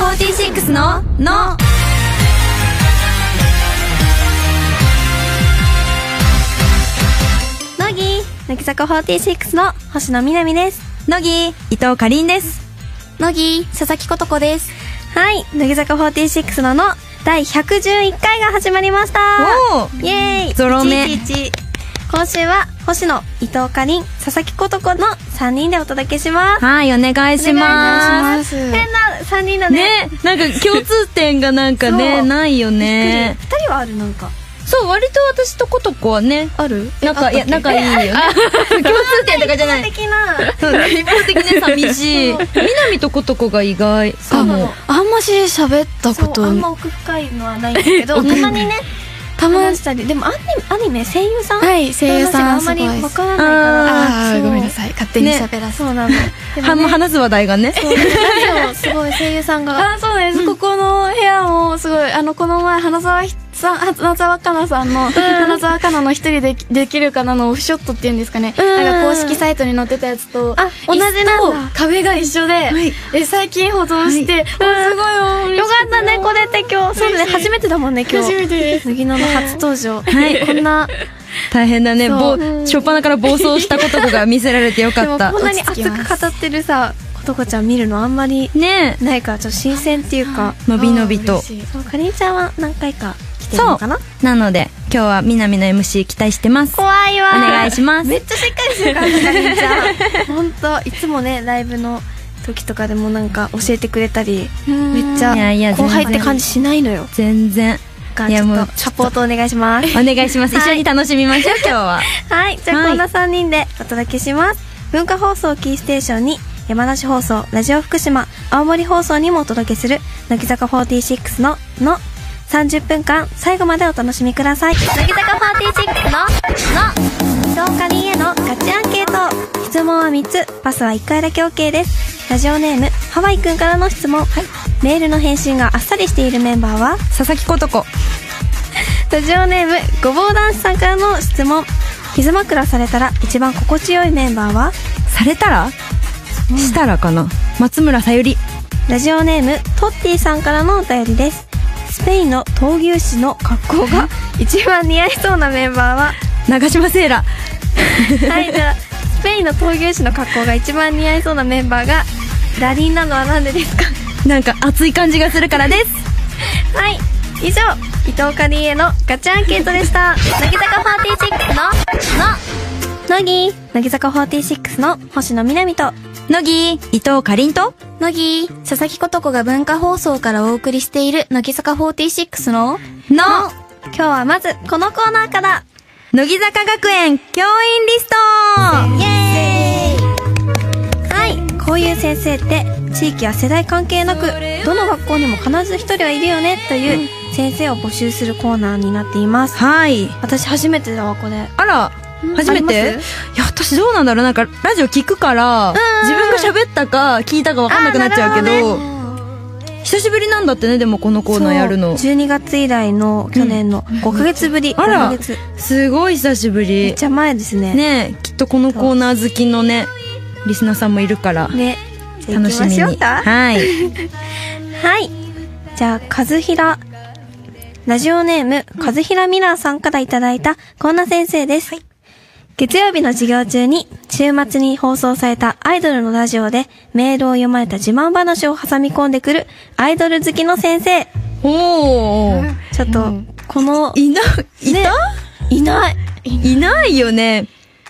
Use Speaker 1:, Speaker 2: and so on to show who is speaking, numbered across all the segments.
Speaker 1: スのの
Speaker 2: 乃木乃木坂46の星野みなみです
Speaker 1: 乃木伊藤かりんです
Speaker 3: 乃木佐々木琴子です
Speaker 2: はい乃木坂46のの第111回が始まりました
Speaker 1: お
Speaker 2: イエーイ
Speaker 1: ゾロ目
Speaker 2: 111今週は星野伊藤かりん佐々木琴子の3人でお届けします
Speaker 1: はいお願いします
Speaker 3: す
Speaker 2: 変な3人だね
Speaker 1: ねなんか共通点がなんかね
Speaker 2: そう
Speaker 1: ないよね
Speaker 2: 2人はあるなんか
Speaker 1: そう割と私とことこはね
Speaker 2: ある
Speaker 1: 仲いや仲いいよね 共通点とかじゃない
Speaker 2: 的な
Speaker 1: そうね一方的に寂しい南とことこが意外か
Speaker 2: そうな
Speaker 1: も
Speaker 2: の
Speaker 3: あんまし喋ったこ
Speaker 2: そう
Speaker 3: と
Speaker 2: あんま奥深いのはないんだけ どたまにね
Speaker 3: たま
Speaker 2: 話したりでもアニメアニメ声優さん
Speaker 3: はい声優さん
Speaker 2: の話があんまりわ
Speaker 3: すご
Speaker 2: か
Speaker 3: い
Speaker 2: らないから
Speaker 3: あ
Speaker 2: そ
Speaker 3: ー
Speaker 2: う
Speaker 3: ごめんなさい勝手に喋らせて
Speaker 2: そうなのでも
Speaker 1: は
Speaker 2: ね
Speaker 1: 話す話題がね
Speaker 3: そうラジオすごい声優さんが
Speaker 2: あそうです、
Speaker 3: ここの部屋もすごいあのこの前花沢ひさん花沢香菜さんの花沢香菜の一人でできるかなのオフショットっていうんですかね
Speaker 2: うん
Speaker 3: なんか公式サイトに載ってたやつと
Speaker 2: あ同じなんだ
Speaker 3: 椅子と壁が一緒で、
Speaker 1: い
Speaker 3: え最近保存して、あすごい
Speaker 2: よかったねこれって今日そうだね
Speaker 3: 嬉しい
Speaker 2: 初めてだもんね今
Speaker 3: 初
Speaker 2: 日
Speaker 3: めてです
Speaker 2: 乃木菜の初登場
Speaker 1: はい
Speaker 2: こんな
Speaker 1: 大変だね
Speaker 3: そう
Speaker 1: ぼ
Speaker 3: うん
Speaker 1: 初っ端から暴走したこととか見せられてよかった
Speaker 2: こんなに熱く語ってるさことこちゃん見るのあんまり
Speaker 1: ね
Speaker 2: ないからちょっと新鮮っていうか
Speaker 1: 伸び伸びと
Speaker 2: そうかりんちゃんは何回か来てるのかな
Speaker 1: なので今日は南の MC 期待してますお
Speaker 2: 怖いわ
Speaker 1: 願いします
Speaker 2: めっちゃしっかりしてるからねかりんちゃん 本当いつもねライブの時とかでもなんか教えてくれたりめっちゃ
Speaker 1: いやいや
Speaker 2: 後輩って感じしないのよ
Speaker 1: 全然
Speaker 2: が
Speaker 1: い
Speaker 2: ち
Speaker 1: や
Speaker 2: ょ
Speaker 1: もう
Speaker 2: っとサポートお願いします
Speaker 1: お願いします一
Speaker 2: はい
Speaker 1: 緒に楽しみま しょう今日は
Speaker 2: はい、じゃ
Speaker 1: は
Speaker 2: あ
Speaker 1: い
Speaker 2: こんな3人でお届けします。文化放送キーステーションに山梨放送、ラジオ福島、青森放送にもお届けする乃木坂46のの30分間最後までお楽しみください。乃木坂46のの伊藤かりんへのガチアンケート。質問は3つ、パスは1回だけ OK です。ラジオネーム、ハワイくんからの質問。メールの返信があっさりしているメンバーは
Speaker 1: 佐々木琴子
Speaker 2: ラジオネームごぼう男子さんからの質問膝枕されたら一番心地よいメンバーは
Speaker 1: されたらしたらかな松村さゆり
Speaker 2: ラジオネームトッティさんからのお便りですスペインの闘牛士の格好が一番似合いそうなメンバーは
Speaker 1: 長島セイラ
Speaker 2: はいじゃあスペインの闘牛士の格好が一番似合いそうなメンバーがラリンなのはなんでですか
Speaker 1: なんか熱い感じがするからです
Speaker 2: はい以上伊藤かりんへのガチアンケートでした乃木坂46のの乃木乃木坂46の星野みなみと
Speaker 1: 乃木伊藤かりんと
Speaker 3: 乃木佐々木琴子が文化放送からお送りしている乃木坂46の
Speaker 1: の
Speaker 2: 今日はまずこのコーナーから
Speaker 1: 乃木坂学園教員リスト
Speaker 2: イエーイはいこういう先生って地域や世代関係なくどの学校にも必ず一人はいるよねという先生を募集するコーナーになっています
Speaker 1: はい
Speaker 2: 私初めてだわこれ
Speaker 1: あら初め
Speaker 2: あ
Speaker 1: て
Speaker 2: りま
Speaker 1: いや私どうなんだろうなんかラジオ聞くから自分が喋ったか聞いたか分かんなくなっちゃうけ
Speaker 2: あーなる
Speaker 1: ど久しぶりなんだってねでもこのコーナーやるの
Speaker 2: そう12月以来の去年の5ヶ月ぶり、
Speaker 1: あら
Speaker 2: 5ヶ月
Speaker 1: すごい久しぶ
Speaker 2: めっ
Speaker 1: り
Speaker 2: ちゃ前ですね
Speaker 1: ねえきっとこのコーナー好きのねリスナーさんもいるから
Speaker 2: ねじゃあ
Speaker 1: 楽しみに
Speaker 2: 行きましょうか
Speaker 1: はい
Speaker 2: はい。じゃあ、和平。ラジオネーム、和平ミラーさんからいただいた、こんな先生です。月曜日の授業中に、週末に放送されたアイドルのラジオで、メールを読まれた自慢話を挟み込んでくる、アイドル好きの先生。
Speaker 1: おお
Speaker 2: ちょっと、この、
Speaker 1: いな、い
Speaker 2: ね
Speaker 1: た、
Speaker 2: いない。
Speaker 1: いないよね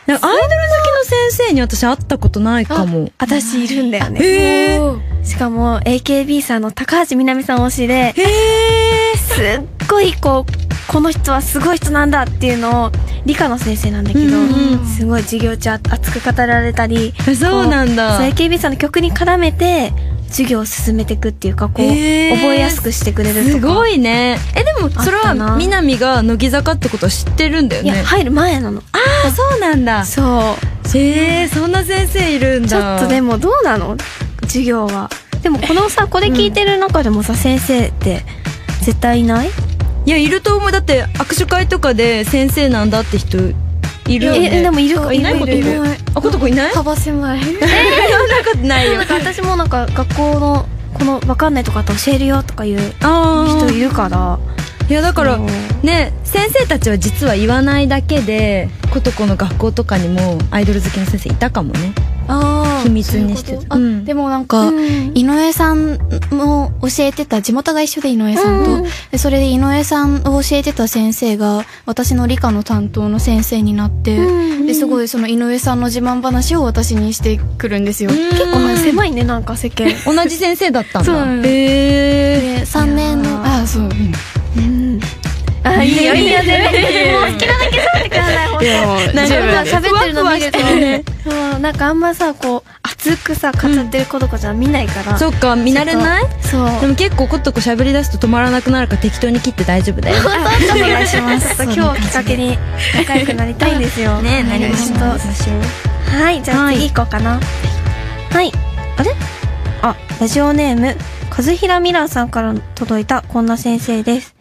Speaker 1: なんかアイドル好きの先生に私会ったことないかも
Speaker 2: 私いるんだよね。
Speaker 1: へえ
Speaker 2: しかも、AKB さんの高橋みなみさん推しで、
Speaker 1: へえ
Speaker 2: すっごいこうこの人はすごい人なんだっていうのを理科の先生なんだけど、
Speaker 1: うんうん
Speaker 2: すごい授業中熱く語られたり
Speaker 1: あそうなんだ
Speaker 2: こうそう AKB さんの曲に絡めて授業を進めていくっていうかこう、
Speaker 1: へー
Speaker 2: 覚えやすくしてくれるとか
Speaker 1: すごいねえでもそれ
Speaker 2: あったな
Speaker 1: はみなみが乃木坂ってことは知ってるんだよ
Speaker 2: いや
Speaker 1: ね
Speaker 2: 入る前なのあ
Speaker 1: あそうなんだ
Speaker 2: そう
Speaker 1: へえそんな先生いるんだ
Speaker 2: ちょっとでもどうなの授業はでもこのさこれ聞いてる中でもさ、先生って絶対いない
Speaker 1: いやいると思うだって握手会とかで先生なんだって人いるよね
Speaker 2: えでもいるか
Speaker 1: あいない
Speaker 2: いる
Speaker 1: ことい
Speaker 2: いる
Speaker 1: る
Speaker 2: い
Speaker 1: あことこいないそんな
Speaker 3: 幅狭い
Speaker 1: ことないよ
Speaker 2: なんか私もなんか学校のこの分かんないとこあったら教えるよとかいう
Speaker 1: あ
Speaker 2: 人
Speaker 1: あ
Speaker 2: いるから
Speaker 1: いやだから
Speaker 2: そう
Speaker 1: ね先生たちは実は言わないだけでことこの学校とかにもアイドル好きの先生いたかもね
Speaker 3: あ
Speaker 1: 秘密にしてた
Speaker 3: あ、
Speaker 1: うん
Speaker 3: でもなんか、
Speaker 2: うん
Speaker 3: 井上さんも教えてた、地元が一緒で井上さんと、
Speaker 2: うん
Speaker 3: でそれで井上さんを教えてた先生が、私の理科の担当の先生になって、
Speaker 2: うん
Speaker 3: ですごいその井上さんの自慢話を私にしてくるんですよ。
Speaker 1: 結
Speaker 2: こんな狭いねなんか世間
Speaker 1: 同じ先生だったんだ
Speaker 3: そうなんです
Speaker 1: へえ
Speaker 3: で、3年
Speaker 2: いや
Speaker 3: の、あそう、うん
Speaker 2: あいいよいいよ全然もう好きなだけ喋ってくださいほんと
Speaker 1: 大
Speaker 3: 大
Speaker 1: 丈
Speaker 3: 丈
Speaker 1: 夫
Speaker 3: 夫
Speaker 2: なんか喋ってるの見る
Speaker 1: ワ
Speaker 2: と
Speaker 1: クワクしてね
Speaker 2: そうなんかあんまさこう熱くさ語ってる子とかじゃ見ないから
Speaker 1: そっか見慣れない
Speaker 2: そう
Speaker 1: でも結構ことこ喋り出すと止まらなくなるから適当に切って大丈夫だよ
Speaker 2: お願いし ます。ちょっと今日をきっかけに仲良くなりたいんですよ。
Speaker 1: ねなりまし
Speaker 2: 本当
Speaker 1: た
Speaker 2: はい、じゃあ次行こうかな。はい。あれあ、ラジオネーム、和平ミラーさんから届いたこんな先生です。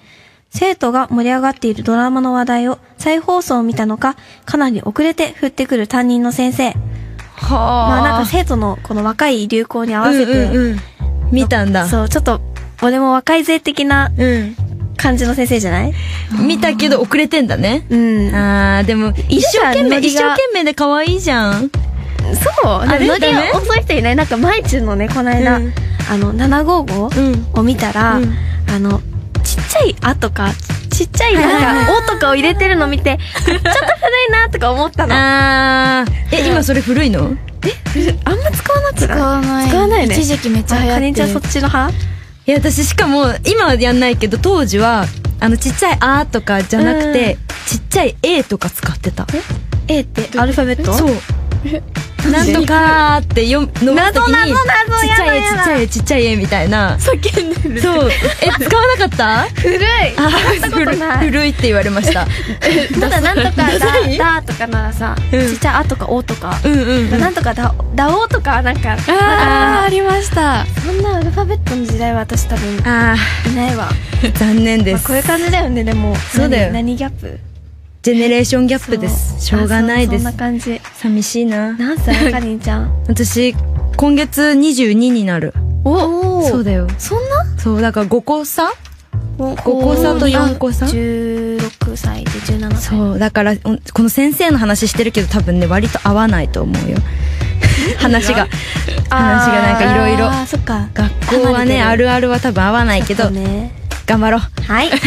Speaker 2: 生徒が盛り上がっているドラマの話題を再放送を見たのか、かなり遅れて振ってくる担任の先生。
Speaker 1: は
Speaker 2: まあなんか生徒のこの若い流行に合わせて、
Speaker 1: うんうんうん見たんだ
Speaker 2: そう、ちょっと、俺も若い勢的な
Speaker 1: うん
Speaker 2: 感じの先生じゃない
Speaker 1: 見たけど遅れてんだね
Speaker 2: うん。
Speaker 1: あーでも一生懸
Speaker 2: ノ
Speaker 1: 命
Speaker 2: リが
Speaker 1: 一生懸命で可愛いじゃん
Speaker 2: そう
Speaker 1: あれ
Speaker 2: ノリ
Speaker 1: ダメ
Speaker 2: 遅い人いないなんかまいちゅんのねこの間、
Speaker 1: うん
Speaker 2: あの755
Speaker 1: ん
Speaker 2: を見たら、
Speaker 1: うん
Speaker 2: あのちっちゃい「あ」とかちっちゃいなんか「お」とかを入れてるの見てちょっと古いなとか思ったのあ
Speaker 1: あーえ今それ古いの
Speaker 2: んま使わなく
Speaker 3: 使
Speaker 2: ない
Speaker 3: わない。
Speaker 2: 使わないね
Speaker 3: 一時期めっちゃ流
Speaker 2: か
Speaker 3: 行
Speaker 2: り
Speaker 3: っ
Speaker 2: んち
Speaker 3: て
Speaker 2: ゃんそっちの派
Speaker 1: いや私しかも今はやんないけど当時はあのちっちゃい「あ」とかじゃなくて、ちっちゃい「え」とか使ってた
Speaker 2: A ってアルファベット
Speaker 1: そうなんとかーって読む の
Speaker 2: 謎
Speaker 1: 時に
Speaker 2: 謎謎
Speaker 1: ちっちゃい絵
Speaker 2: やだ
Speaker 1: ち
Speaker 2: やだ
Speaker 1: っちゃい絵ちっちゃい絵みたいな
Speaker 2: 叫んでる
Speaker 1: そうえ使わなかった
Speaker 2: 古い
Speaker 1: あ
Speaker 2: 使ったこと
Speaker 1: 古い
Speaker 2: ない
Speaker 1: 古いって言われました
Speaker 2: まだなんとかだ
Speaker 1: ダサい
Speaker 2: だとかならさ、
Speaker 1: うん
Speaker 2: ちっちゃい「あ」とか「お」とか、
Speaker 1: うんうんうん
Speaker 2: なんとかだだおとかなんか
Speaker 3: あー、ありました。
Speaker 2: そんなアルファベットの時代は私多 分
Speaker 1: あ
Speaker 2: いないわ
Speaker 1: ー残念で
Speaker 2: まあ、
Speaker 1: す
Speaker 2: こういう感じだよねでも
Speaker 1: そうだよ
Speaker 2: 何何ギャップ
Speaker 1: ジェネレーションギャップですしょうがないで
Speaker 2: あそ
Speaker 1: す
Speaker 2: うそんな感じ
Speaker 1: 寂しいな
Speaker 2: 何歳かりんちゃん
Speaker 1: 私今月22になる
Speaker 2: お
Speaker 1: そう
Speaker 2: だ
Speaker 1: だよ
Speaker 2: そんな
Speaker 1: そうだから5個差
Speaker 2: 5
Speaker 1: 個差と四個差
Speaker 2: 16歳で17歳
Speaker 1: そうだからおこの先生の話してるけど多分ね割と合わないと思う よ話が話がなんかいろいろ
Speaker 2: あーそっか
Speaker 1: 学校はねあるあるは多分合わないけど、
Speaker 2: そうね
Speaker 1: 頑張ろう
Speaker 2: はい はい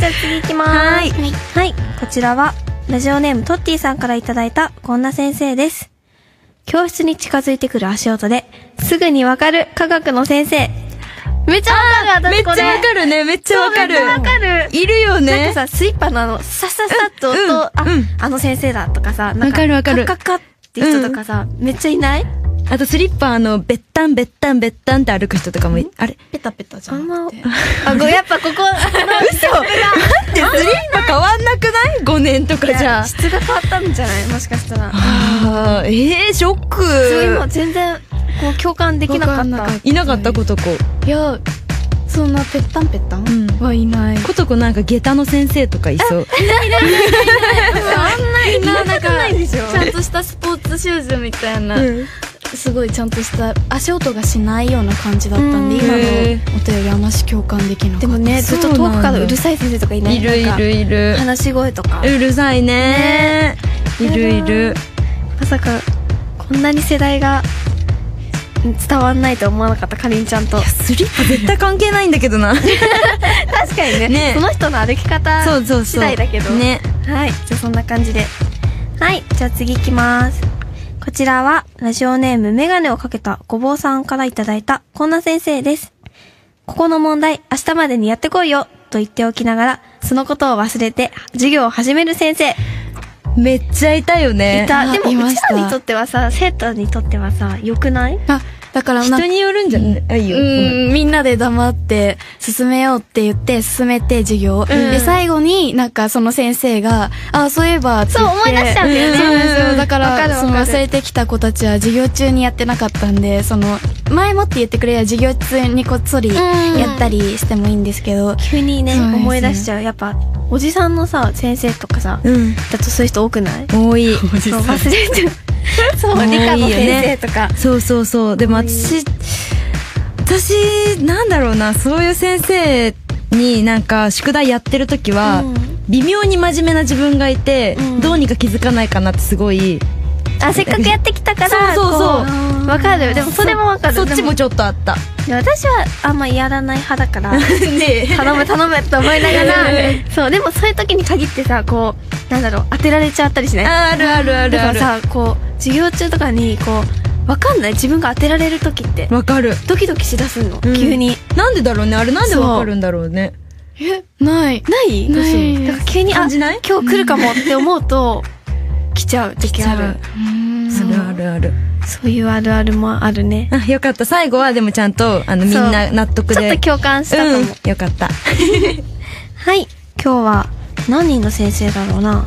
Speaker 2: じゃあ次行きます
Speaker 1: はい
Speaker 2: はい、こちらはラジオネームトッティさんからいただいたこんな先生です教室に近づいてくる足音ですぐにわかる科学の先生めっちゃわかる
Speaker 1: めっ
Speaker 2: 私これ
Speaker 1: ちゃわかるねめっちゃわかる
Speaker 2: そうめっちゃわかる
Speaker 1: いるよ
Speaker 2: なんか
Speaker 1: ね
Speaker 2: さ、スイッパのあの、さささっと音、
Speaker 1: うんうん
Speaker 2: あ、
Speaker 1: うん
Speaker 2: あの先生だとかさ、なん
Speaker 1: わかるわかる
Speaker 2: カッカッカッって人とかさ、めっちゃいない
Speaker 1: あとスリッパのべったんべったんべったんって歩く人とかもいあれ
Speaker 3: ペタペタじ
Speaker 2: あんま
Speaker 3: くて、
Speaker 2: あ、ごやっぱここ、あ
Speaker 1: 嘘だってスリッパ変わんなくない5年とか
Speaker 2: の、
Speaker 1: じゃ
Speaker 2: 質が変わったんじゃないもしかしたら。
Speaker 1: ああーえー、ショック
Speaker 2: そう、今全然、こう、共感できなか
Speaker 3: わか
Speaker 2: っ。
Speaker 3: んなかったた
Speaker 1: いなかったことこ
Speaker 3: いや、そんなぺったんぺったん、
Speaker 1: うん
Speaker 3: はいない。
Speaker 1: ことこなんか下駄の先生とかいそう
Speaker 3: そんないな、なんか、
Speaker 2: でしょ
Speaker 3: ちゃんとしたスポーツシューズみたいな、
Speaker 1: うん
Speaker 3: すごいちゃんとした足音がしないような感じだったんで、
Speaker 2: うん
Speaker 3: 今の
Speaker 1: へ
Speaker 3: 音よりあんまし共感できなかった。
Speaker 2: でもね、ずっと遠くからうるさい先生とかいない
Speaker 1: いるい
Speaker 2: なんか
Speaker 1: るいる
Speaker 2: 話し声とか。
Speaker 1: うるさいねいるいる
Speaker 2: まさか、こんなに世代が、伝わんないと思わなかった、かりんちゃんと。
Speaker 1: スリッパ絶対関係ないんだけど な
Speaker 2: 確かにね
Speaker 1: ね
Speaker 2: その人の歩き方
Speaker 1: そうそうそう
Speaker 2: 次第だけど
Speaker 1: ね
Speaker 2: はいじゃあそんな感じではいじゃあ次行きますこちらはラジオネームメガネをかけたごぼうさんからいただいたこんな先生ですここの問題明日までにやってこいよと言っておきながらそのことを忘れて授業を始める先生
Speaker 1: めっちゃいたよね
Speaker 2: いた
Speaker 3: あ
Speaker 2: でも
Speaker 3: いうま
Speaker 2: ち
Speaker 3: した
Speaker 2: らにとってはさ生徒にとってはさ良くない
Speaker 3: あ、だからなん
Speaker 1: 人
Speaker 3: か、
Speaker 1: によるんじゃないよ、
Speaker 3: うん、みんなで黙って進めようって言って進めて授業、で最後になんかその先生が「あそういえば」って言って
Speaker 2: そう思い出しちゃうんだよね
Speaker 3: そうなんですよだか
Speaker 2: わからるわか
Speaker 3: そ
Speaker 2: る
Speaker 3: の忘れてきた子たちは授業中にやってなかったんでその前もって言ってくれや授業中にこっそり
Speaker 2: ん
Speaker 3: やったりしてもいいんですけど、
Speaker 2: 急にね
Speaker 3: そうですね
Speaker 2: 思い出しちゃうやっぱおじさんのさ先生とかさ、
Speaker 1: うん
Speaker 2: だとそういう人多くない
Speaker 1: 多い
Speaker 2: そう忘れちゃうそう理科の先生とか
Speaker 1: そうそうそうでも
Speaker 2: 多い
Speaker 1: 私私なんだろうなそういう先生になんか宿題やってる時は、
Speaker 2: うん
Speaker 1: 微妙に真面目な自分がいて、
Speaker 2: うん
Speaker 1: どうにか気づかないかなってすごい
Speaker 2: あせっかくやってきたから
Speaker 1: そうそうそう
Speaker 2: こわかるでもそれもわかる
Speaker 1: そっちも
Speaker 2: で
Speaker 1: ちょっとあった
Speaker 2: で私はあんまやらない派だから
Speaker 1: ねえ
Speaker 2: 頼む頼むって思いなが
Speaker 1: うん
Speaker 2: らそうでもそういう時に限ってさこうなんだろう当てられちゃったりしない
Speaker 1: あるあるあ
Speaker 2: だ
Speaker 1: る
Speaker 2: か
Speaker 1: ある
Speaker 2: らさこう授業中とかにこうわかんない自分が当てられる時って
Speaker 1: わかる
Speaker 2: ドキドキしだすの、
Speaker 1: うん
Speaker 2: 急に
Speaker 1: なんでだろうねあれなんでわかるんだろうね
Speaker 3: えない
Speaker 2: ない
Speaker 3: ない
Speaker 2: だから急にあ
Speaker 1: 感じない
Speaker 2: 今日来るかもって思うと来ちゃう時期ある
Speaker 1: あるあるある
Speaker 2: そういうあるあるもあるね
Speaker 1: あよかった最後はでもちゃんとあのみんな納得
Speaker 2: ちょっ
Speaker 1: で
Speaker 2: と共感したかも、
Speaker 1: うんよかった
Speaker 2: はい今日は何人の先生だろうな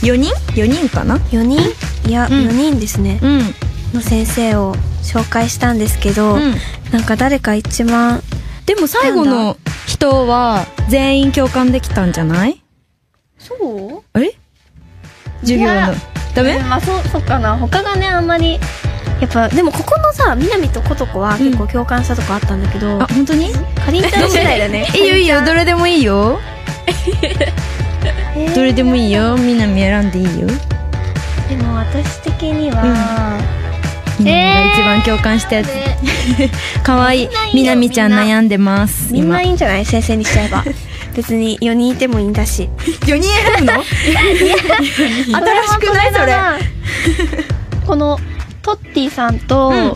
Speaker 1: 4人 ?4 人かな
Speaker 2: 4人いや、
Speaker 1: うん
Speaker 2: 4人ですね
Speaker 1: うん
Speaker 2: の先生を紹介したんですけど、
Speaker 1: うん
Speaker 2: なんか誰か一番
Speaker 1: でも最後の人は全員共感できたんじゃない
Speaker 4: そう
Speaker 1: あれ授業
Speaker 4: い
Speaker 1: の
Speaker 4: や
Speaker 1: ダ
Speaker 4: うん
Speaker 1: メ
Speaker 4: まあそうそうかな他がねあんまり
Speaker 2: やっぱでもここのさ南とことこは結構共感したとこあったんだけど、
Speaker 1: あ本当に
Speaker 2: かりんちゃん次第だね
Speaker 1: いいよいいよどれでもいいよどれでもいいよみなみ選んでいいよ
Speaker 4: でも私的には、
Speaker 1: みなみが一番共感したやつ
Speaker 4: で
Speaker 1: かわいい
Speaker 4: み
Speaker 1: み
Speaker 4: んない
Speaker 1: ない
Speaker 4: よ
Speaker 1: みちゃん
Speaker 4: みんな
Speaker 1: 悩んでます
Speaker 2: みん
Speaker 1: 今
Speaker 2: ないいんじゃない先生にしちゃえば 別に4人いてもいいんだし
Speaker 1: 4人選ぶの新しくないそれ
Speaker 4: このトッティさんと、
Speaker 1: うん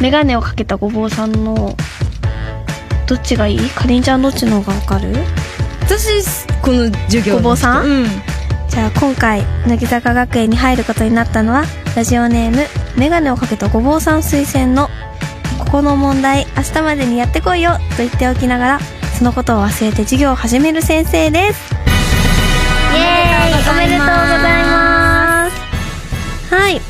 Speaker 4: メガネをかけたごぼうさんの
Speaker 2: どっちがいいかりんちゃんどっちの方がわかる
Speaker 1: 私この授業の人
Speaker 2: ごぼうさん
Speaker 1: うん
Speaker 2: じゃあ今回乃木坂学園に入ることになったのはラジオネームメガネをかけたごぼうさん推薦の「ここの問題明日までにやってこいよ」と言っておきながらそのことを忘れて授業を始める先生です
Speaker 4: イエーイおめでとうございます
Speaker 2: はい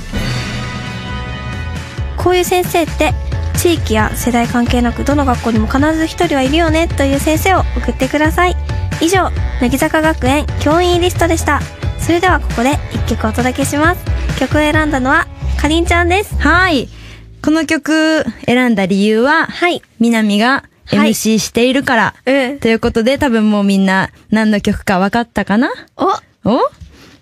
Speaker 2: こういう先生って地域や世代関係なくどの学校にも必ず一人はいるよねという先生を送ってください以上乃木坂学園教員リストでしたそれではここで一曲お届けします曲を選んだのはかりんちゃんです
Speaker 1: はいこの曲選んだ理由は
Speaker 2: はい
Speaker 1: みなみが
Speaker 2: はい
Speaker 1: MC しているから、
Speaker 2: うん
Speaker 1: ということで多分もうみんな何の曲か分かったかな
Speaker 2: お
Speaker 1: お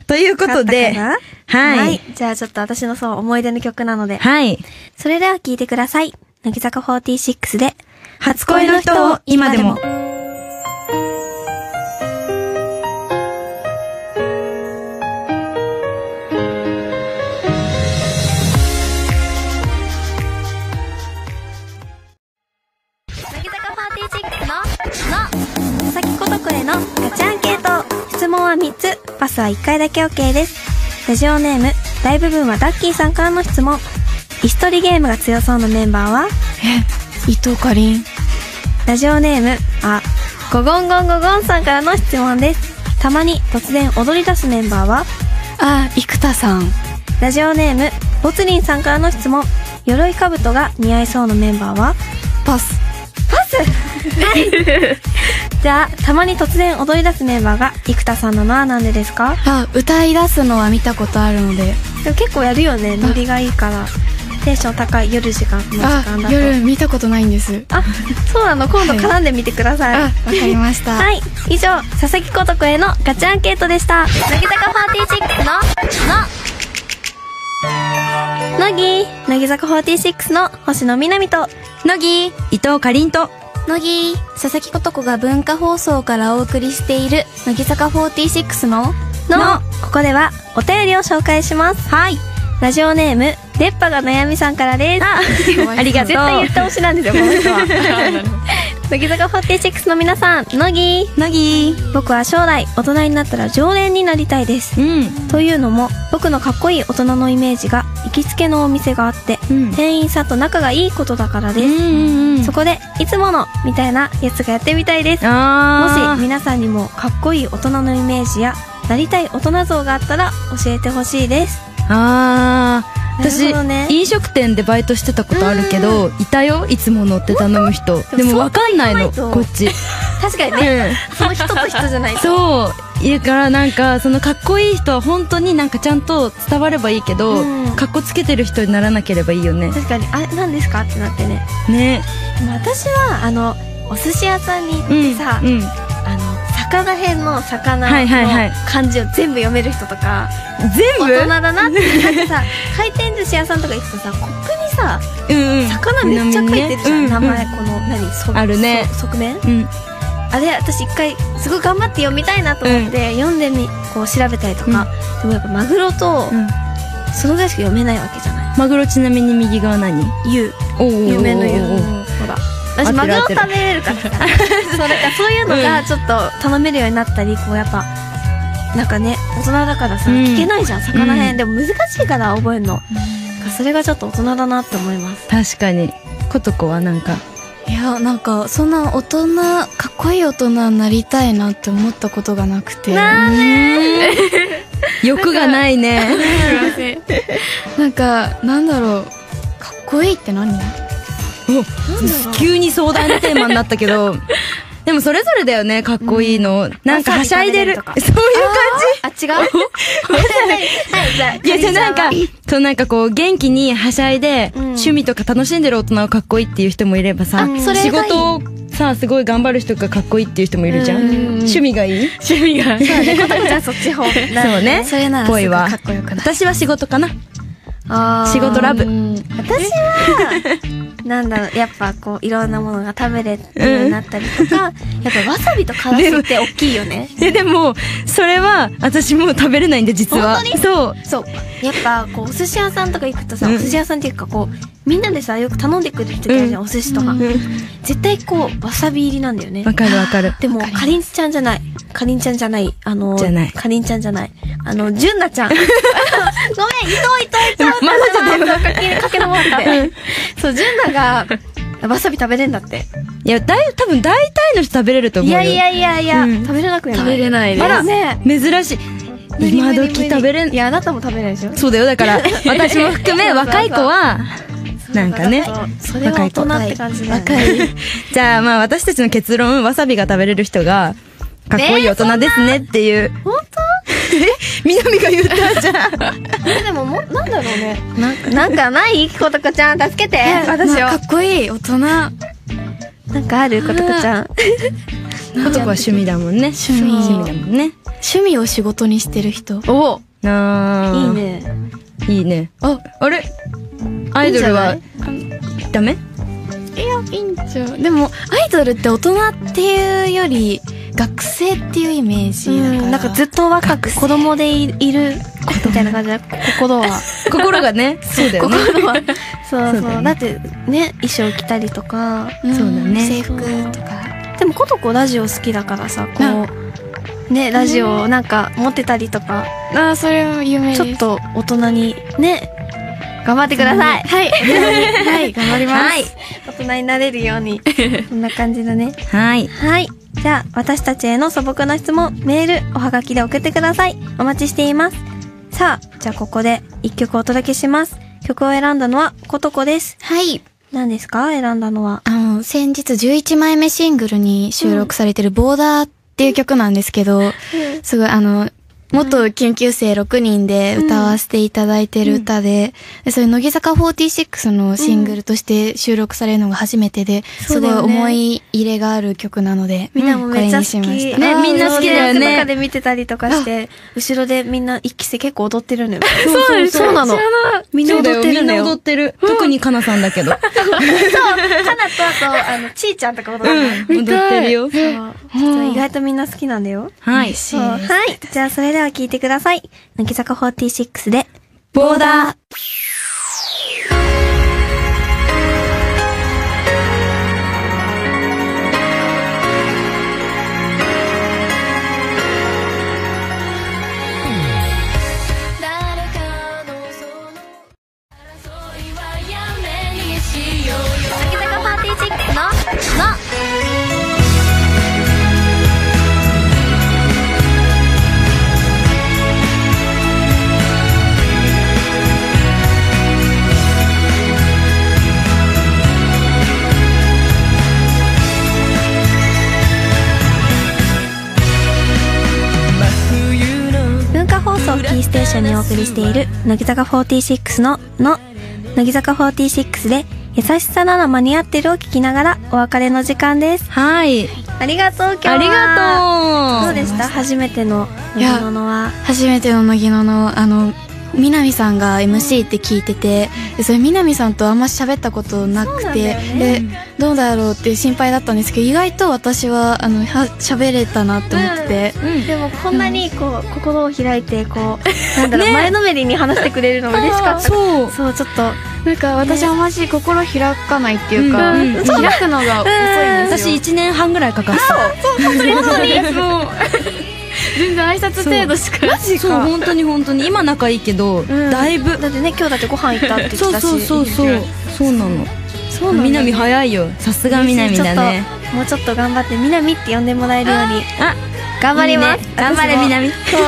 Speaker 1: ということで、
Speaker 2: はい、
Speaker 1: は
Speaker 2: はいい。。じゃあちょっと私のそう思い出の曲なので。
Speaker 1: はい。
Speaker 2: それでは聴いてください。乃木坂46で、初
Speaker 1: 恋の人を今でも。
Speaker 2: 乃木坂46の、の、佐々木ことこへのガチャンケート。質問は3つ、パスは1回だけ OK です。ラジオネーム、大部分はダッキーさんからの質問。椅子取りゲームが強そうなメンバーは
Speaker 3: 伊藤かりん
Speaker 2: ラジオネーム、あ、ゴゴンゴンゴゴンさんからの質問です。たまに突然踊り出すメンバーは
Speaker 3: あ生田さん
Speaker 2: ラジオネーム、ボツリンさんからの質問。鎧兜が似合いそうなメンバーは
Speaker 3: パス
Speaker 2: じゃあ、たまに突然踊り出すメンバーが、生田さんなのはなんでですか
Speaker 3: あ歌い出すのは見たことあるので
Speaker 2: でも結構やるよね、ノリがいいから。テンション高い夜時間の時
Speaker 3: あ
Speaker 2: 間だと。
Speaker 3: 夜見たことないんです
Speaker 2: あ、そうなの、今度絡んでみてください。
Speaker 3: あわかりました
Speaker 2: はい、以上、佐々木琴子へのガチアンケートでした。乃木坂46の、の、乃木、乃木坂46の星野みなみと、
Speaker 1: 乃木、伊藤かりんと、
Speaker 2: 乃木佐々木ことこが文化放送からお送りしている乃木坂46ののここではお便りを紹介しますはいラジオネーム熱波が悩みさんからです あ
Speaker 1: ありがと
Speaker 2: 絶対言っ
Speaker 1: う。
Speaker 2: てほしなんですよこの人は 乃木坂46の皆さん乃木
Speaker 1: 乃木、
Speaker 2: 僕は将来大人になったら常連になりたいで
Speaker 1: う
Speaker 2: す
Speaker 1: ん。
Speaker 2: というのも僕のかっこいい大人のイメージが行きつけのお店があって、
Speaker 1: うん
Speaker 2: 店員さんと仲がいいことだからです、
Speaker 1: ん
Speaker 2: そこでいつものみたいなやつがやってみたいですも
Speaker 1: あ
Speaker 2: し皆さんにもかっこいい大人のイメージやなりたい大人像があったら教えてほしいです
Speaker 1: ーあー。
Speaker 2: な
Speaker 1: 私
Speaker 2: るほど、ね
Speaker 1: 飲食店でバイトしてたことあるけど、いたよ、いつものって頼む人。でもわかんないの、
Speaker 2: 相当いないと
Speaker 1: こっち。
Speaker 2: 確かに
Speaker 1: うん
Speaker 2: その人と人じゃない
Speaker 1: そう、いるからなんかそのかっこいい人は本当になんかちゃんと伝わればいいけど、
Speaker 2: うん
Speaker 1: かっこつけてる人にならなければいいよね
Speaker 2: 確かにあれ何ですかってなってね
Speaker 1: ね
Speaker 2: でも私はあのお寿司屋さんに行っ
Speaker 1: う
Speaker 2: て
Speaker 1: ん
Speaker 2: さ、
Speaker 1: うん、
Speaker 2: あの魚編の魚
Speaker 1: はい
Speaker 2: の
Speaker 1: はいはい
Speaker 2: 漢字を全部読める人とか、
Speaker 1: 全部
Speaker 2: 大人だなってなん かさ回転寿司屋さんとか行くとさコップにさ
Speaker 1: うんうん
Speaker 2: 魚めっちゃ書いてるじゃん、
Speaker 1: ね
Speaker 2: 名前、
Speaker 1: うん
Speaker 2: この何そ
Speaker 1: あるね
Speaker 2: そ側面
Speaker 1: うん、
Speaker 2: あれ私一回すごい頑張って読みたいなと思って、読んでみこう調べたりとか、でもやっぱマグロと
Speaker 1: うん
Speaker 2: そのぐらいしか読めないわけじゃない
Speaker 1: マグロちなみに右側何
Speaker 2: 「ゆう
Speaker 1: おー」
Speaker 2: 夢の「ゆう」ほら私マグロ
Speaker 1: 合って
Speaker 2: 食べ
Speaker 1: る合ってる
Speaker 2: れるからさそうだからそういうのがちょっと頼めるようになったりこうやっぱなんかね大人だから
Speaker 1: う
Speaker 2: さ、
Speaker 1: ん
Speaker 2: 聞けないじゃん魚編、
Speaker 1: うん
Speaker 2: でも難しいから覚えるの、なんかそれがちょっと大人だなって思います
Speaker 1: 確かにことこはなんか
Speaker 3: いやなんかそんな大人かっこいい大人になりたいなって思ったことがなくて
Speaker 1: う ーん欲がないね
Speaker 3: なんかなんだろうかっこいいって何
Speaker 1: 急に壮大なテーマになったけ どでもそれぞれだよねかっこいいの、なんかはしゃいでる
Speaker 2: わさ
Speaker 1: そうい
Speaker 2: び
Speaker 1: う感
Speaker 2: あ違う はいじゃ
Speaker 1: じいや
Speaker 2: あ
Speaker 1: じゃあなんかそうなんかこう元気にはしゃいで、
Speaker 2: うん
Speaker 1: 趣味とか楽しんでる大人はかっこいいっていう人もいればさ
Speaker 2: あそれがいい
Speaker 1: 仕事をさすごい頑張る人がかっこいいっていう人もいるじゃん
Speaker 2: うん
Speaker 1: 趣味がいい趣味 が
Speaker 2: そうね、ことこちゃんそっち方そう
Speaker 1: そうね
Speaker 2: それならす
Speaker 1: ぽい
Speaker 2: ごい
Speaker 1: わ
Speaker 2: かっこよくなる
Speaker 1: 私は仕事かな
Speaker 2: あー
Speaker 1: 仕事ラブ
Speaker 2: 私はなんだろうやっぱこういろんなものが食べれるようになったりとか、やっぱわさびとからしって大きいよね
Speaker 1: えでもそれは私もう食べれないんで実は
Speaker 2: 本当に
Speaker 1: そう
Speaker 2: そうやっぱこうお寿司屋さんとか行くとさ、
Speaker 1: うん
Speaker 2: お寿司屋さんっていうかこうみんなでさよく頼んでくる人いるじゃん、
Speaker 1: う
Speaker 2: お寿司とか、絶対こうわさび入りなんだよね
Speaker 1: わかるわかる
Speaker 2: でもかりんちゃんじゃないかりんちゃんじゃないあの
Speaker 1: じゃない
Speaker 2: かりんちゃんじゃないあのじゅん なちゃんごめん伊藤伊藤伊藤
Speaker 1: 混ざっちゃった
Speaker 2: かけかけのもんってそうじゅんながわさび食べれんだって
Speaker 1: いやだい多分大体の人食べれると思
Speaker 2: いう
Speaker 1: よ
Speaker 2: やいやいやいや、
Speaker 1: うん
Speaker 2: 食べれなくない
Speaker 3: 食べれないです
Speaker 2: あらね
Speaker 1: 珍しい
Speaker 2: 無理
Speaker 1: 今
Speaker 2: 無理無理
Speaker 1: 時食べれん
Speaker 2: いやあなたも食べれないでしょ
Speaker 1: そうだよだから私も含め若い子はなんかね
Speaker 2: そうそれは大人って感じだよね
Speaker 1: じゃあまあ私たちの結論わさびが食べれる人がかっこいい大人ですねっていう
Speaker 2: 本
Speaker 1: 南が言ったじゃん
Speaker 2: 当えでももなんだろうねなんかなんかないことこちゃん助けて私を
Speaker 3: かっこいい大人
Speaker 2: なんかあることこちゃん
Speaker 1: 男は趣味だもんね趣
Speaker 3: 味
Speaker 1: 味だもんね
Speaker 3: 趣味を仕事にしてる人
Speaker 1: おあー
Speaker 2: いいね
Speaker 1: いいねああれアイドルはい
Speaker 2: いん
Speaker 1: ダメ
Speaker 3: いやピンチョでもアイドルって大人っていうより学生っていうイメージだから、
Speaker 2: なんかずっと若く子供でいいるみたいな感じだ心は
Speaker 1: 心がねそうだよね
Speaker 2: 心はそうそ
Speaker 1: そ
Speaker 2: う
Speaker 1: うだよね
Speaker 2: だってね衣装着たりとか
Speaker 3: ん
Speaker 1: そうだね
Speaker 3: 制服とか
Speaker 2: でもことこラジオ好きだからさこうねラジオをなんか持ってたりとか
Speaker 3: ああそれも有名
Speaker 2: ちょっと大人にね頑張ってください
Speaker 3: はいはい頑張ります、
Speaker 2: はい大人になれるようにそんな感じだね
Speaker 1: はい
Speaker 2: はいじゃあ私たちへの素朴な質問メールおはがきで送ってくださいお待ちしていますさあじゃあここで一曲お届けします曲を選んだのはことこです
Speaker 3: はい
Speaker 2: 何ですか選んだのは
Speaker 3: あの先日11枚目シングルに収録されてる「ボーダー」っていう曲なんですけど、すごいあの元研究生6人で歌わせていただいてる歌で、でそれ乃木坂46のシングルとして収録されるのが初めてで、
Speaker 2: そうだ
Speaker 3: すごい
Speaker 2: よね
Speaker 3: 思い入れがある曲なので、
Speaker 2: みんなもめっちゃ好
Speaker 3: これに
Speaker 2: き。
Speaker 3: しました
Speaker 1: みんな好きだよね
Speaker 2: 中で見てたりとかして、後ろでみんな一期生結構踊ってるのよ。
Speaker 1: そうです
Speaker 2: そうなの
Speaker 1: 知。
Speaker 2: みんな踊ってるの
Speaker 1: みん
Speaker 2: よ。
Speaker 1: な踊ってる特にかなさんだけど
Speaker 2: かなとあと、あの、ちーちゃんとか踊ってるの
Speaker 1: 踊
Speaker 2: よ。
Speaker 1: ってるよ
Speaker 2: そうそう意外とみんな好きなんだよ。
Speaker 1: はい
Speaker 2: そうはい。じゃあそれでは聞いてください。乃木坂46で、
Speaker 1: ボーダー
Speaker 2: 乃木坂46の、の、
Speaker 5: 「
Speaker 2: キーステーションにお送りしている乃木坂46のの乃木坂46で優しさなら間に合ってるを聞きながらお別れの時間です
Speaker 1: はい。
Speaker 2: ありがとう今日は
Speaker 1: ありがと
Speaker 2: ど
Speaker 1: う
Speaker 2: うでした初めての乃木ののは
Speaker 3: 初めての乃木野のあの南さんが MC って聞いててでそれ南さんとあんま喋ったことなくてでどうだろうっていう心配だったんですけど意外と私はあのは喋れたなって思って、
Speaker 1: うん。
Speaker 2: でもこんなにこう心を開いて こうなんだろう、前のめりに話してくれるの嬉しか った
Speaker 1: そう。
Speaker 2: そうちょっと
Speaker 3: なんか私はまじ心開かないっていうか、
Speaker 1: うん
Speaker 3: 開くのが遅いんです
Speaker 1: 私
Speaker 3: よ
Speaker 1: 1年半ぐらいかかった。
Speaker 3: 全然挨拶程度しかマジ
Speaker 1: そう、本当に本当に。今仲いいけど、
Speaker 2: ん
Speaker 1: だいぶ。
Speaker 2: だってね今日だってご飯行ったって言って
Speaker 1: そう
Speaker 2: たし
Speaker 1: そうそうそう。そうなの。
Speaker 2: そうなんだね
Speaker 1: みなみ早いよ。さすがみなみだね。
Speaker 2: ちょっともうちょっと頑張ってみなみって呼んでもらえるように
Speaker 1: あ、
Speaker 2: 頑張ります
Speaker 1: いいね頑張れみなみ。
Speaker 2: そう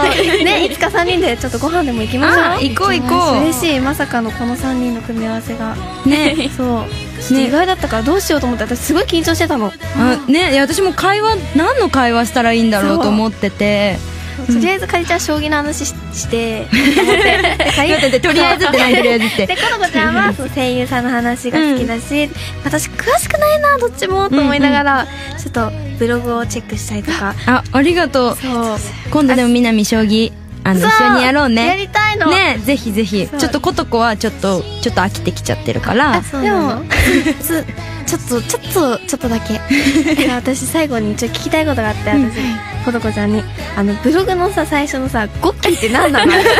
Speaker 2: ねいつか3人でちょっとご飯でも行きましょう
Speaker 1: あ、行こう行こ
Speaker 2: 嬉しいまさかのこの3人の組み合わせが
Speaker 1: う。ね。
Speaker 2: そうちょっと意外だったからどうしようと思って私すごい緊張してたの
Speaker 1: あね、いや私も会話、何の会話したらいいんだろうと思ってて。
Speaker 2: とりあえずかりちゃん将棋の話し して
Speaker 1: 待って待ってとりあえずって何とりあえずっ
Speaker 2: で
Speaker 1: て。
Speaker 2: この子ちゃんはそう声優さんの話が好きだし、私詳しくないなどっちもと思いながら、ちょっとブログをチェックしたりとか
Speaker 1: あ、ありがとう。
Speaker 2: そう
Speaker 1: 今度でもみなみ将棋、あの、一緒にやろう
Speaker 2: や
Speaker 1: ね。
Speaker 2: りたいの
Speaker 1: ね、ぜひぜひ。
Speaker 2: そう
Speaker 1: ちょっとことこはちょっと、ちょっと飽きてきちゃってるから。
Speaker 2: そうなの
Speaker 3: つちょっとちょっとちょっとだけ
Speaker 2: いや私最後にちょっと聞きたいことがあって私ほどこちゃんにあのブログのさ最初のさ「ゴッキーって何 なの? 」すんごいそう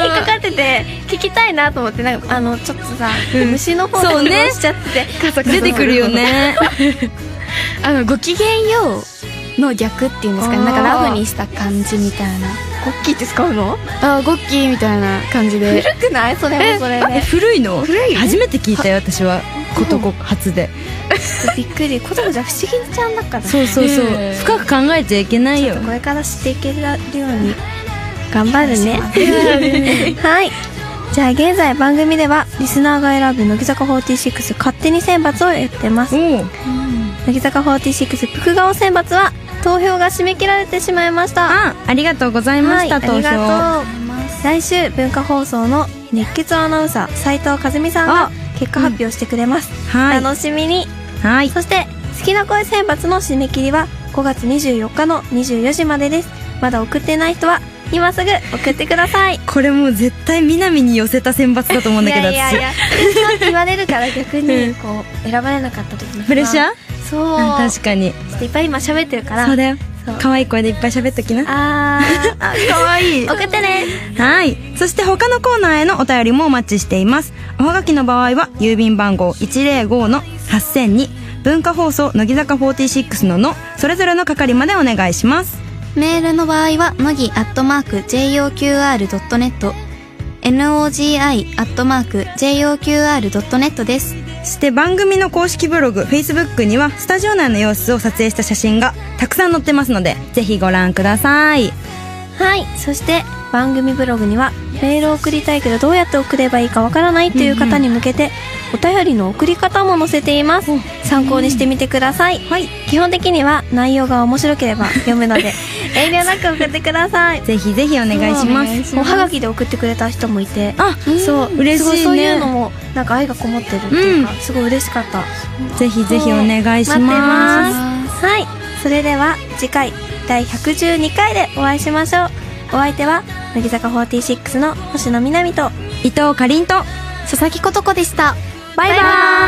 Speaker 2: 引っかかってて聞きたいなと思ってなんかあのちょっとさ、虫の方
Speaker 1: そう
Speaker 2: で
Speaker 1: ね
Speaker 2: しちゃってて、
Speaker 1: 出てくるよ ね。
Speaker 3: あのご機嫌ようの逆っていうんですかねなんかラフにした感じみたいな
Speaker 2: ゴッキーって使うの
Speaker 3: あーゴッキーみたいな感じで
Speaker 2: 古くないそれもそれ
Speaker 1: え、
Speaker 2: ね
Speaker 1: 古いの
Speaker 2: 古いよ
Speaker 1: 初めて聞いたよ、私は。ことこ初で。
Speaker 2: びっくりことこちゃん不思議ちゃんだから
Speaker 1: そうそうそう
Speaker 3: ねえ。
Speaker 1: 深く考えちゃいけないよ。
Speaker 2: これから知っていけるように頑張るね。はい。じゃあ現在番組ではリスナーが選ぶ乃木坂46勝手に選抜をやってます。
Speaker 1: おう
Speaker 2: 乃木坂46福顔選抜は投票が締め切られてしまいました。
Speaker 1: あ、ありがとうございました、
Speaker 2: はい、あ
Speaker 1: 投票。
Speaker 2: りがとう来週文化放送の熱血アナウンサー斉藤和美さんが
Speaker 1: あ
Speaker 2: 結果発表してくれます。
Speaker 1: は
Speaker 2: 楽しみに。
Speaker 1: い。はい。
Speaker 2: そして好きな声選抜の締め切りは5月24日の24時までですまだ送ってない人は今すぐ送ってください
Speaker 1: これもう絶対みなみに寄せた選抜だと思うんだけど、
Speaker 2: いやいやい
Speaker 1: 私。
Speaker 2: や一番って言われるから逆にこう選ばれなかった時の不安
Speaker 1: プレッシャー
Speaker 2: そう
Speaker 1: あ確かに。
Speaker 2: ちょっといっぱい今喋ってるから
Speaker 1: そうだよ
Speaker 2: そう。
Speaker 1: 可愛い声でいっぱい喋っときな。
Speaker 2: あー
Speaker 1: 可
Speaker 2: あ
Speaker 1: 愛い
Speaker 2: 送ってね
Speaker 1: はい。そして他のコーナーへのお便りもお待ちしています。おはがきの場合は、郵便番号105-8002、文化放送、乃木坂46のの、それぞれの係までお願いします。
Speaker 3: メールの場合は、のぎアットマーク JOQR.net、NOGI アットマーク JOQR.net です。
Speaker 1: そして番組の公式ブログ、Facebook には、スタジオ内の様子を撮影した写真がたくさん載ってますので、ぜひご覧ください。
Speaker 2: はいそして番組ブログにはメールを送りたいけどどうやって送ればいいかわからないという方に向けてお便りの送り方も載せています参考にしてみてください
Speaker 1: はい。
Speaker 2: 基本的には内容が面白ければ読むので遠慮なく送ってください
Speaker 1: ぜひぜひお願いしま
Speaker 3: お願い
Speaker 1: す。
Speaker 3: し
Speaker 2: おはがきで送ってくれた人もいて
Speaker 1: あ、
Speaker 2: そ
Speaker 1: 嬉しい
Speaker 2: う
Speaker 1: ね
Speaker 2: すごそういうのもなんか愛がこもってるっていうか、すごい嬉しかった
Speaker 1: ぜひぜひお願いします。
Speaker 2: 待ってますはいそれでは次回第112回でお会いしましょうお相手は乃木坂46の星野みなみと
Speaker 1: 伊藤かりんと、
Speaker 3: 佐々木ことこでした。
Speaker 2: バイバイ